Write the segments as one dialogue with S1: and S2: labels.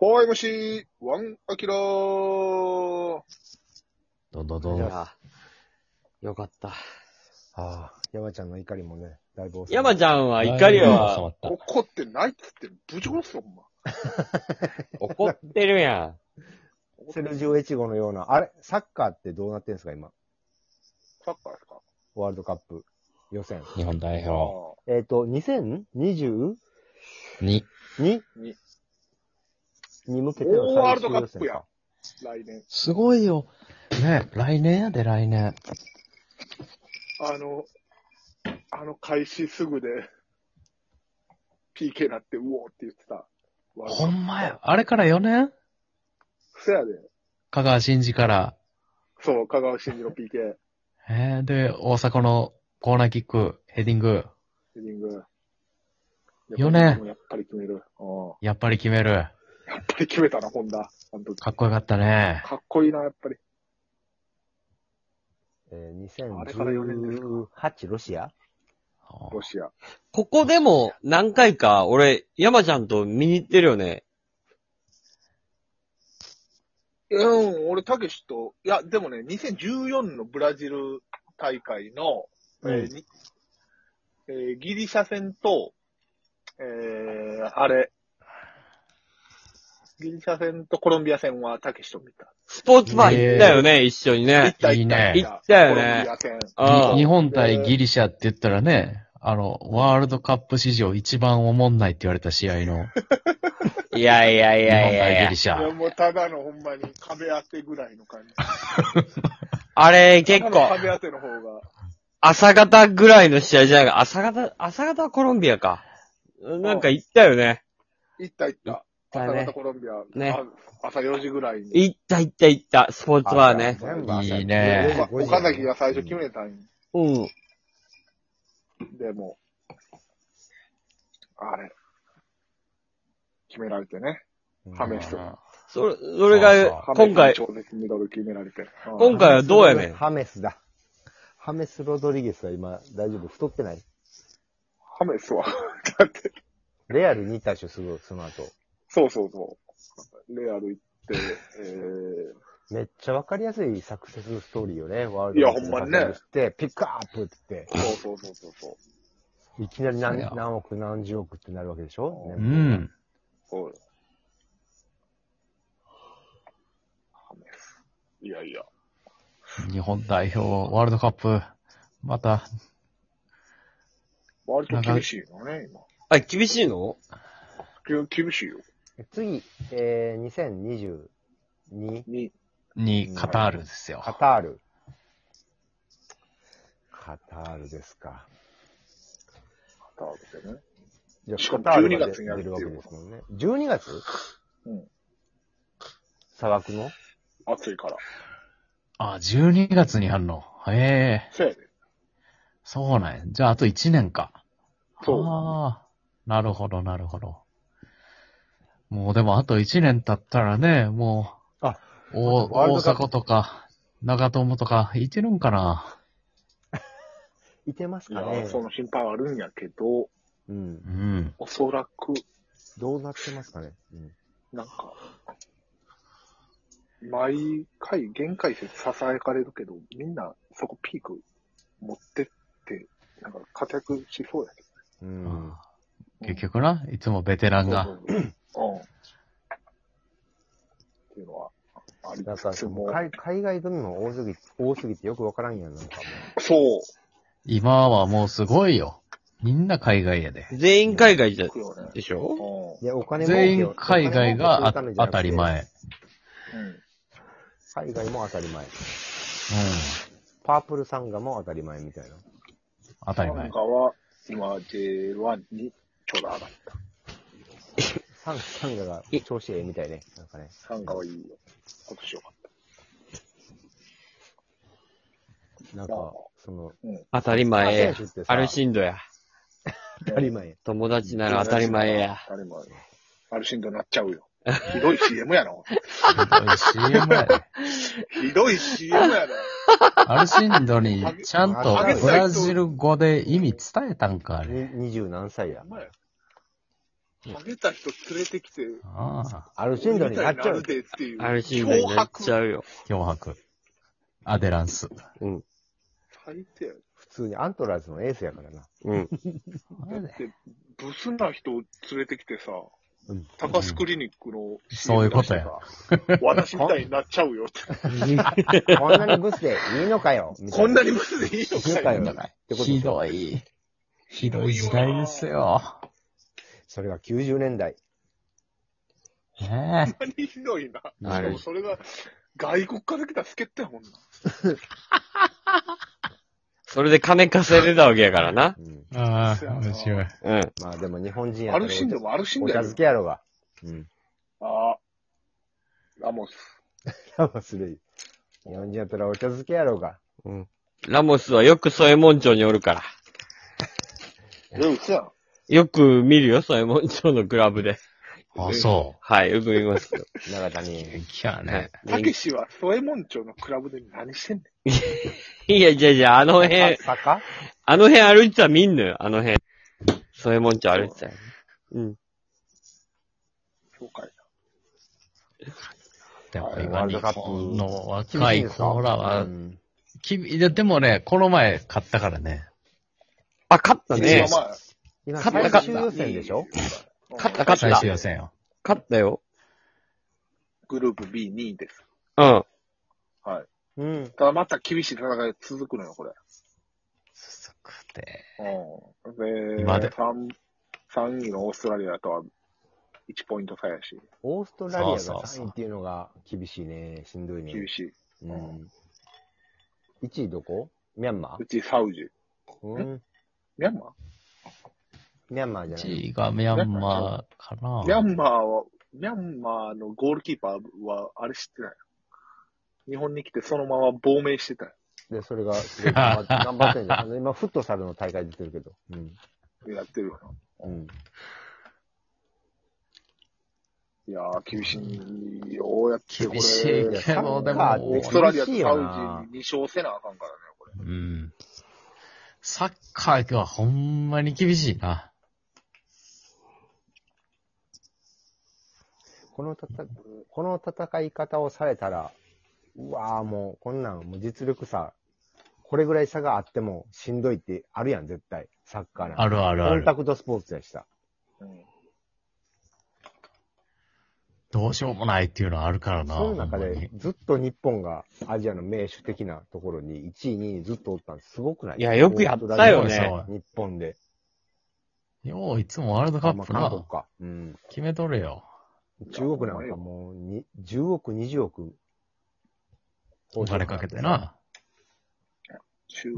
S1: 4MC、ワンアキラー。
S2: どんどんど
S3: い
S2: ん。
S3: や
S2: あ
S3: あよかった。
S2: あ。
S4: 山ちゃんの怒りもね、だいぶ収まった
S3: 山ちゃんは怒り
S2: 収ま
S3: は
S2: った。
S1: 怒ってないっつってぶち殺すぞ、ほんま。
S3: 怒ってる や
S1: 怒って
S4: セ
S1: ない
S4: ルジオ越後のような、あれ、サッカーってどうなってんすか、今。
S1: サッカーですか
S4: ワールドカップ予選。
S2: 日本代
S1: あ
S2: 表。
S1: あ
S4: えっ、と、2022?
S2: に、
S4: に
S1: に
S4: 向けての
S1: おーワールド
S4: 最終
S1: カッ
S4: 予
S1: プ
S4: 選
S1: や
S4: か。
S1: 来年。
S2: すごいよ。ね来年やで、来年。
S1: あの、あの開始すぐで、PK なって、うおーって言ってた。ワールド
S2: ほ
S1: カップ
S2: んまや。あれから4年
S1: そやで。
S2: 香川真司から。
S1: そう、香川真司の PK、
S2: えー、で、大阪のコーナーキック、ヘディング、
S1: ヘディング。
S2: よね
S1: やっぱり決める。うん
S2: やっぱり決める。
S1: やっぱり決めたな、本田。あの時
S2: かっこよかったね。
S1: かっこいいな、やっぱり。
S4: え
S1: あれから四年です
S4: ー、2018ロシア
S1: ロシア。
S3: ん。ここでも何回か俺、山ちゃんと見に行ってるよね。
S1: うん、俺、たけしと、いや、でもね、2014のブラジル大会の、えーにえーギリシャ戦と、えー、あれ、ギリシャ戦とコロンビア戦はたけしと見た。
S3: スポーツバー行ったよね、一緒に
S1: 行っ
S3: ね。
S1: た
S2: いい
S1: 行っ
S2: ね
S1: た
S3: 行ったよ
S1: コ
S3: ね
S1: ロンビア戦。
S3: うん
S2: ぎ日本対ギリシャって言ったらね、あの、ワールドカップ史上一番おもんないって言われた試合の、
S3: いやいやい
S2: 日本
S3: やいや
S2: 対
S3: い
S2: ギ
S3: や
S2: リ。シ
S1: いや、
S2: ャ。
S1: もうただのほんまに壁当てぐらいの感じ。
S3: あれ、結
S1: ただの
S3: 構、
S1: 壁当ての方が。
S3: 朝方ぐらいの試合じゃないか。朝方、朝方はコロンビアか。なんか行ったよね。
S1: 行った行った。
S3: 行
S1: 朝
S3: ったね
S1: 方コロンビア。
S3: ね
S1: あ朝4時ぐらいに。
S3: 行った行った行った、スポーツバーね。
S4: 全部朝
S2: いいね
S4: 4時5時
S1: 岡崎が最初決めたんよ
S3: うん。
S1: でも、あれ、決められてね。
S4: うん
S1: ハメス。
S3: それ、それが、今回、
S1: 超絶ミドル決められて。うん
S3: 今回はどうやねん
S4: ハメスだ。ハメス・ロドリゲスは今、大丈夫太ってない
S1: ハメスは、 だって、
S4: レアルに行ったでしょ、すぐ、その後。
S1: そうそうそう。レアル行って、え
S4: めっちゃわかりやすいサクセスストーリーよね、ワー
S1: い
S4: ル
S1: や
S4: ド
S1: ほ
S4: カッ
S1: ん
S4: プ
S1: まにね
S4: でして、ピックアップって
S1: ー、そうそうそうそうそう。
S4: 言って、いきなり
S2: そう
S4: 何
S2: や
S4: 何億何十億ってなるわけでしょ、
S2: う
S4: 年俸
S2: ん。
S1: そうよハメス。いやいや。
S2: 日本代表、ワールドカップ、また、
S1: 割と厳しいのね、
S3: あ、厳しいの
S1: 今。き厳しいよ。
S4: 次、えー、2022、
S1: に、
S2: にカタールですよ。
S4: カタール。カタールですか。
S1: カタールでね。
S4: じゃ
S1: しかも
S4: カタールが
S1: 12月にやるっていう
S4: 出わけですもんね。12月
S1: うん。
S4: 砂漠の
S1: 暑いから。
S2: あ、12月にやるの。へえ、
S1: せやで。
S2: そうなんや。じゃあ、あと1年か。
S1: そう。
S2: ああ、なるほど、なるほど。もうでも、あと1年経ったらね、もう、
S4: あ
S2: お
S4: ワール
S2: 大
S4: ドカップ
S2: 阪とか、長友とか、いてるんかな。
S4: いてます
S1: い
S4: か
S1: や、
S4: ね
S1: その心配はあるんやけど、
S4: う
S2: う。
S4: ん
S2: ん。
S1: おそらく、
S4: どうなってますかね、うん、
S1: なんか、毎回限界説支えかれるけど、みんなそこピーク持ってって、なんか活躍しそうやけ
S4: うん。
S2: 結局な、いつもベテラン
S1: ど。
S2: が。
S1: そうそうそううん。っていうのは、あり
S4: だ
S1: つ
S4: か
S1: つ
S4: らもう
S1: も、
S4: 海、海外組も多すぎ、多すぎてよくわからんやん、なんかも
S1: そ
S2: 今はもうすごいよ。みんな海外やで。
S3: 全員海外じゃ
S1: う、、来るよね。
S3: でしょ
S1: う
S4: う。いや、お金儲け
S2: 全員海外があ
S4: お金儲けするためじゃ
S2: 当
S4: なくて
S2: たり前。
S1: ん。うん。
S4: 海外も当たり前。パープルサンガも当たり前みたいな。
S2: うん。当たり前
S1: なん。かは、今 J1 にちょうど上がった。
S4: サンサンガが調子ええみたいね。なんかね。
S1: 参加はいいよ。今年よかっ
S4: なんか、その、
S3: 当たり前や。あれしんどや。
S1: た。
S4: 当たり前。
S3: 友達なら当たり前や。
S1: 当たり前。アルシンドになっちゃうよ。ひどい CM やろ。
S2: CM やで。
S1: ひどい CM やろ。
S2: アルシンドにちゃんとブラジル語で意味伝えたんか、あれ。
S4: に二十何歳や
S1: ほん。まやハゲた人連れてきて、
S2: ああ、
S4: アルシンドに
S1: みた
S4: な
S1: いに
S4: っ
S1: な
S4: ちゃう
S1: る。でっていう。
S3: ある頻度になっちゃ
S1: う。
S3: うよ。
S2: 脅迫。アデランス。
S3: うん。
S1: 最低や
S4: 普通にアントラーズのエースやから な。
S3: うん。
S1: だって、ブスな人を連れてきてさ、
S4: うん
S1: タカスクリニックの、
S2: そういうことや。
S1: 私みたいになっちゃうよって。
S4: こんなにブスでいいのか よ。みたい
S1: こんなにブスでいい
S4: いい
S1: の
S4: の
S1: か
S4: か
S1: よ。
S4: よ。ってことで
S2: ひ
S4: しょ
S2: どい。ひどい時代ですよ。
S4: それが90年代。
S2: ね
S1: ほんまにひどいな。
S3: あれ
S1: しかもそれが、外国から来た助っ人やもんな。
S3: それで金稼いでたわけやからな。
S4: うん
S2: え。あ
S1: そう
S2: あ、
S1: やな
S2: 面白い。
S3: うん。
S4: まあでも日本人や
S1: ア
S4: から
S1: ルシンドもアルシン
S4: お
S1: ド
S4: 茶
S1: や
S4: 漬
S1: る。
S4: けやろが。うん。
S1: ああ。ラモス。
S4: ラモス類。日本人やったらお茶漬けやろうが。
S3: うん。ラモスはよく添右衛門町におるから。
S1: え、うやん。
S3: よく見るよ、添右衛門町のクラブで。
S2: あ、そ
S3: はい、よく見ますよ。
S4: 長
S2: う。
S4: 谷。
S2: いや
S3: はい
S2: ね。
S1: たけしは、添右衛門町のクラブで何してんねん。
S3: いや、じゃあじゃあ、あの辺、
S4: 坂
S3: あの辺歩いてたら見んのよ、あの辺。添右衛門町歩いてたよ。うん。
S1: そうかい
S2: でも
S4: ワー
S2: 今、
S4: ル
S2: 日
S4: ドカップ
S2: 本の若い子らは
S4: う、ん
S2: きいやでもね、この前買ったからね。
S3: あ、勝った
S1: な。
S3: ね。
S1: まあ
S4: 今、
S3: 勝った
S4: 最
S3: 勝った
S4: 終予選でしょ
S3: 勝った、勝
S2: 最
S3: った
S2: 終。予選よ。
S3: 勝ったよ。
S1: グループ B2 位です。
S3: うん。
S1: はい。
S4: うん。
S1: ただまた厳しい戦いが続くのよ、これ。
S2: 続くて。
S1: うん。で、
S2: 今で
S1: 3、3位のオーストラリアとは1ポイント差やし、
S4: オーストラリアが
S2: そうそうそう
S4: 3位っていうのが厳しいね。しんどいね。
S1: 厳しい。
S4: う。
S1: うん
S4: 1位どこミャンマ
S1: うちサウジ。
S4: ーうん。
S1: ミャンマ
S4: ミャンマーじゃない。
S2: 1位がミャンマーかな。
S1: ーミャンマーは、ミャンマーのゴールキーパーは、あれ知ってない日本に来てそのまま亡命してたよ。
S4: で、それが すごい頑張って、頑張ってんじゃん。あの、今、フットサルの大会出てるけど。うん。
S1: やってるよな。
S4: うん。
S1: いやー、厳しいよ。やってこれ。
S2: 厳しい
S4: いや
S2: けど、で
S4: サッカ
S2: も
S4: ー
S1: オー、ストラリアとサウジに2勝せなあかんからね、これ。
S2: うん。サッカーはほんまに厳しいな。
S4: このたた、この戦い方をされたら、うわぁ、もう、こんなん、もう実力差、これぐらい差があってもしんどいってあるやん、絶対。サッカーなんて
S2: あるあるあ
S4: コン
S2: る
S4: タ。クトスポーツやしさ。
S2: どうしようもないっていうのはあるからな。
S4: その中
S2: ほんま
S4: で
S2: に、
S4: ずっと日本がアジアの名手的なところに、1位、2位ずっとおったんですごくない
S3: いやよくやった
S2: ね
S3: よ
S4: オーストラリア日本で。
S2: よう、いつもワールドカ
S4: あ
S2: ッ
S4: まあ
S2: プ
S4: 韓国
S2: な。
S4: か。うん。
S2: 決めとるよ。
S4: 中国なんかもうに、10億、20億。
S2: お金かけて。な。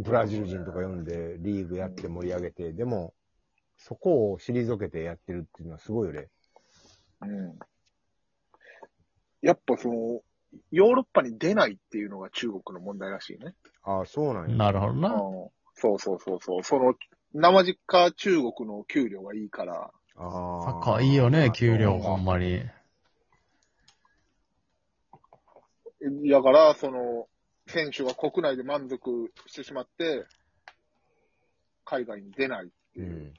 S4: ブラジル人とか呼んで、リーグやって盛り上げて、でも、そこを退けてやってるっていうのはすごいよね。
S1: うんやっぱその、ヨーロッパに出ないっていうのが中国の問題らしいね。
S4: ああ、そうなんや。
S2: なるほど
S1: う
S2: な。
S1: そうそうそうそう。その、生実家中国の給料がいいから、
S4: ああ。
S2: サッカーいいよね、給料
S4: そ
S2: ほ
S4: うか
S2: んまに。
S1: だから、その、選手が国内で満足してしまって、海外に出ないって
S4: う。
S1: いうん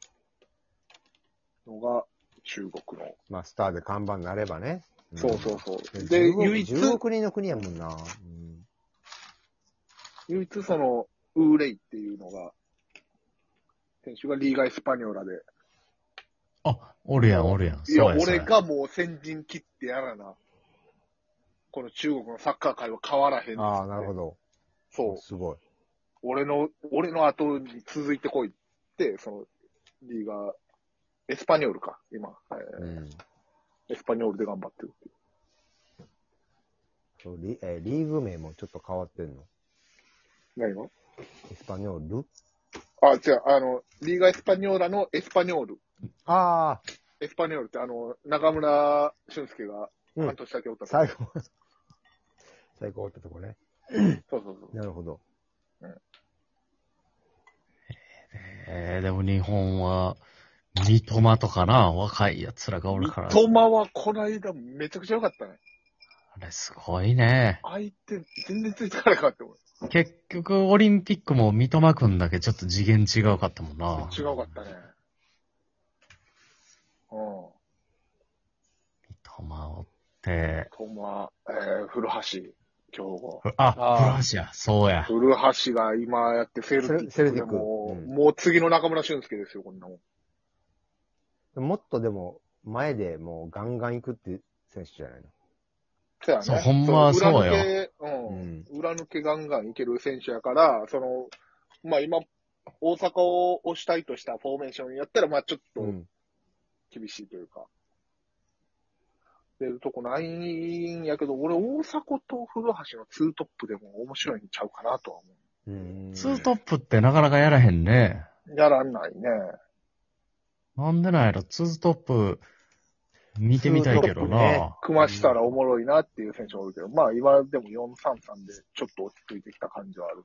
S1: のが中国の。
S4: まあ、スターで看板になればね。ん
S1: そうそうそう。で、
S4: 10億
S1: 唯一、
S4: 10億人の国やもんな。うん
S1: 唯一その、ウーレイっていうのが、選手がリーガ・エスパニョーラで、
S2: あ、おるやん、おるやん。
S1: いや、
S2: そうや、そう
S1: 俺
S2: や。
S1: がもう先陣切ってやらな。この中国のサッカー界は変わらへん。
S4: ああ、なるほど。
S1: そう。
S4: すごい。
S1: 俺の、俺の後に続いてこいって、その、リーガー、エスパニョールか、今。え
S4: うん。
S1: ーエスパニョールで頑張ってるっていう
S4: そうリえーリーグ名もちょっと変わってんの。
S1: 何が
S4: エスパニョール
S1: あ、違う、あの、リーガーエスパニョーラのエスパニョール。
S4: ああ、
S1: エスパニョールってあの、中村俊介が
S4: うん
S1: 半年だけおったとこ、
S4: 最後。 最高ってとこね。
S1: そうそうそう。
S4: なるほど。
S2: えー、でも日本は、三笘とかな、若い奴らがおるから。
S1: 三笘はこの間めちゃくちゃ良かったね。
S2: あれすごいね。
S1: 相手全然ついてかなかったもん。
S2: 結局、オリンピックも三笘くんだけちょっと次元違うかったもんな。
S1: 違うかったね。う
S2: え
S1: トマ、えー、古橋、競合。
S2: ー、あ、
S3: あー
S2: 古橋や、そうや。
S1: 古橋が今やってセルティックで
S4: セルセルティック
S1: もう、
S4: うん
S1: もう次の中村俊輔ですよ、こんなもん。
S4: もっとでも、前でもうガンガン行くって選手じゃないの。
S1: そうやね。
S2: そうほんまはそうよ
S1: 裏抜け、うん。裏抜けガンガンいける選手やから、その、まあ今、大阪を押したいとしたフォーメーションやったら、まあちょっと
S4: うん。
S1: 厳しいというか。出るとこないんやけど、俺、大迫と古橋のツートップでも面白いんちゃうかなとは思
S4: うん。
S2: ツートップってなかなかやらへんね。
S1: う。やらんないね。
S2: なんでなんやろ、ツートップ、見てみたいけどな。
S4: ツートッ
S1: 組ましたらおもろいなっていう選手おるけど、まあ今でも4-3-3でちょっと落ち着いてきた感じはある。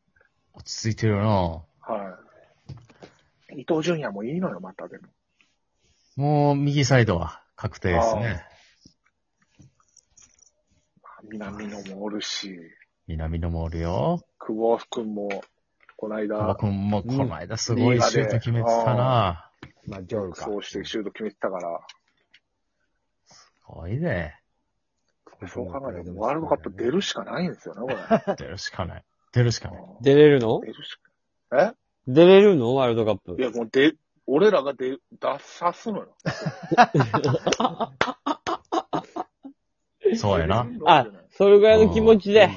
S2: 落ち着いてるな。
S1: はい。伊藤純也もいいのよ、またでも。
S2: もう、右サイドは確定ですね。
S1: 南野もおるし、
S2: 南野もおるよ。
S1: 久保君も、この
S2: 久保
S1: 間、
S2: 君もこの間すごいシュート決めてたな。
S4: まあ、ジョルか。
S1: そうしてシュート決めてたから、
S2: すごいね。
S1: そう考えたら、ワールドカップ出るしかないんですよね、こ れ。
S2: 出るしかない。出るしかない。
S1: うん
S3: 出れるの
S1: 出るしかない。
S3: 出れるのワールドカッ
S1: えい
S3: プ。
S1: や、もうで、俺らが出、出さすのよ。
S2: そうやな。
S3: あ、それぐらいの気持ちで。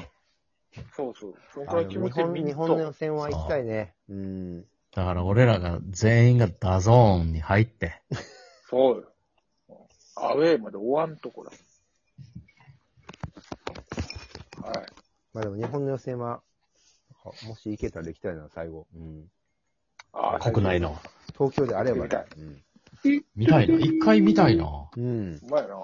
S1: そうそう。そのく
S4: あ
S1: らい
S4: の
S1: 気持
S4: 日
S1: ちで
S4: 本
S1: 見
S4: 日
S1: る
S4: 本の予
S1: と、
S4: 選は行きたいね。うん。
S2: だから俺らが全員がダゾーンに入って、
S1: そうよ。アウェーまで終わんとこだ。はい。
S4: まあでも日本の予選は、あもし行けたら行きたいな、最後。うん。
S1: あ
S2: 国内の。
S4: 東京であれば
S1: 行きたい
S4: ね。
S2: 見たいな。一回見たいな。
S4: うん。うん
S1: うまいな。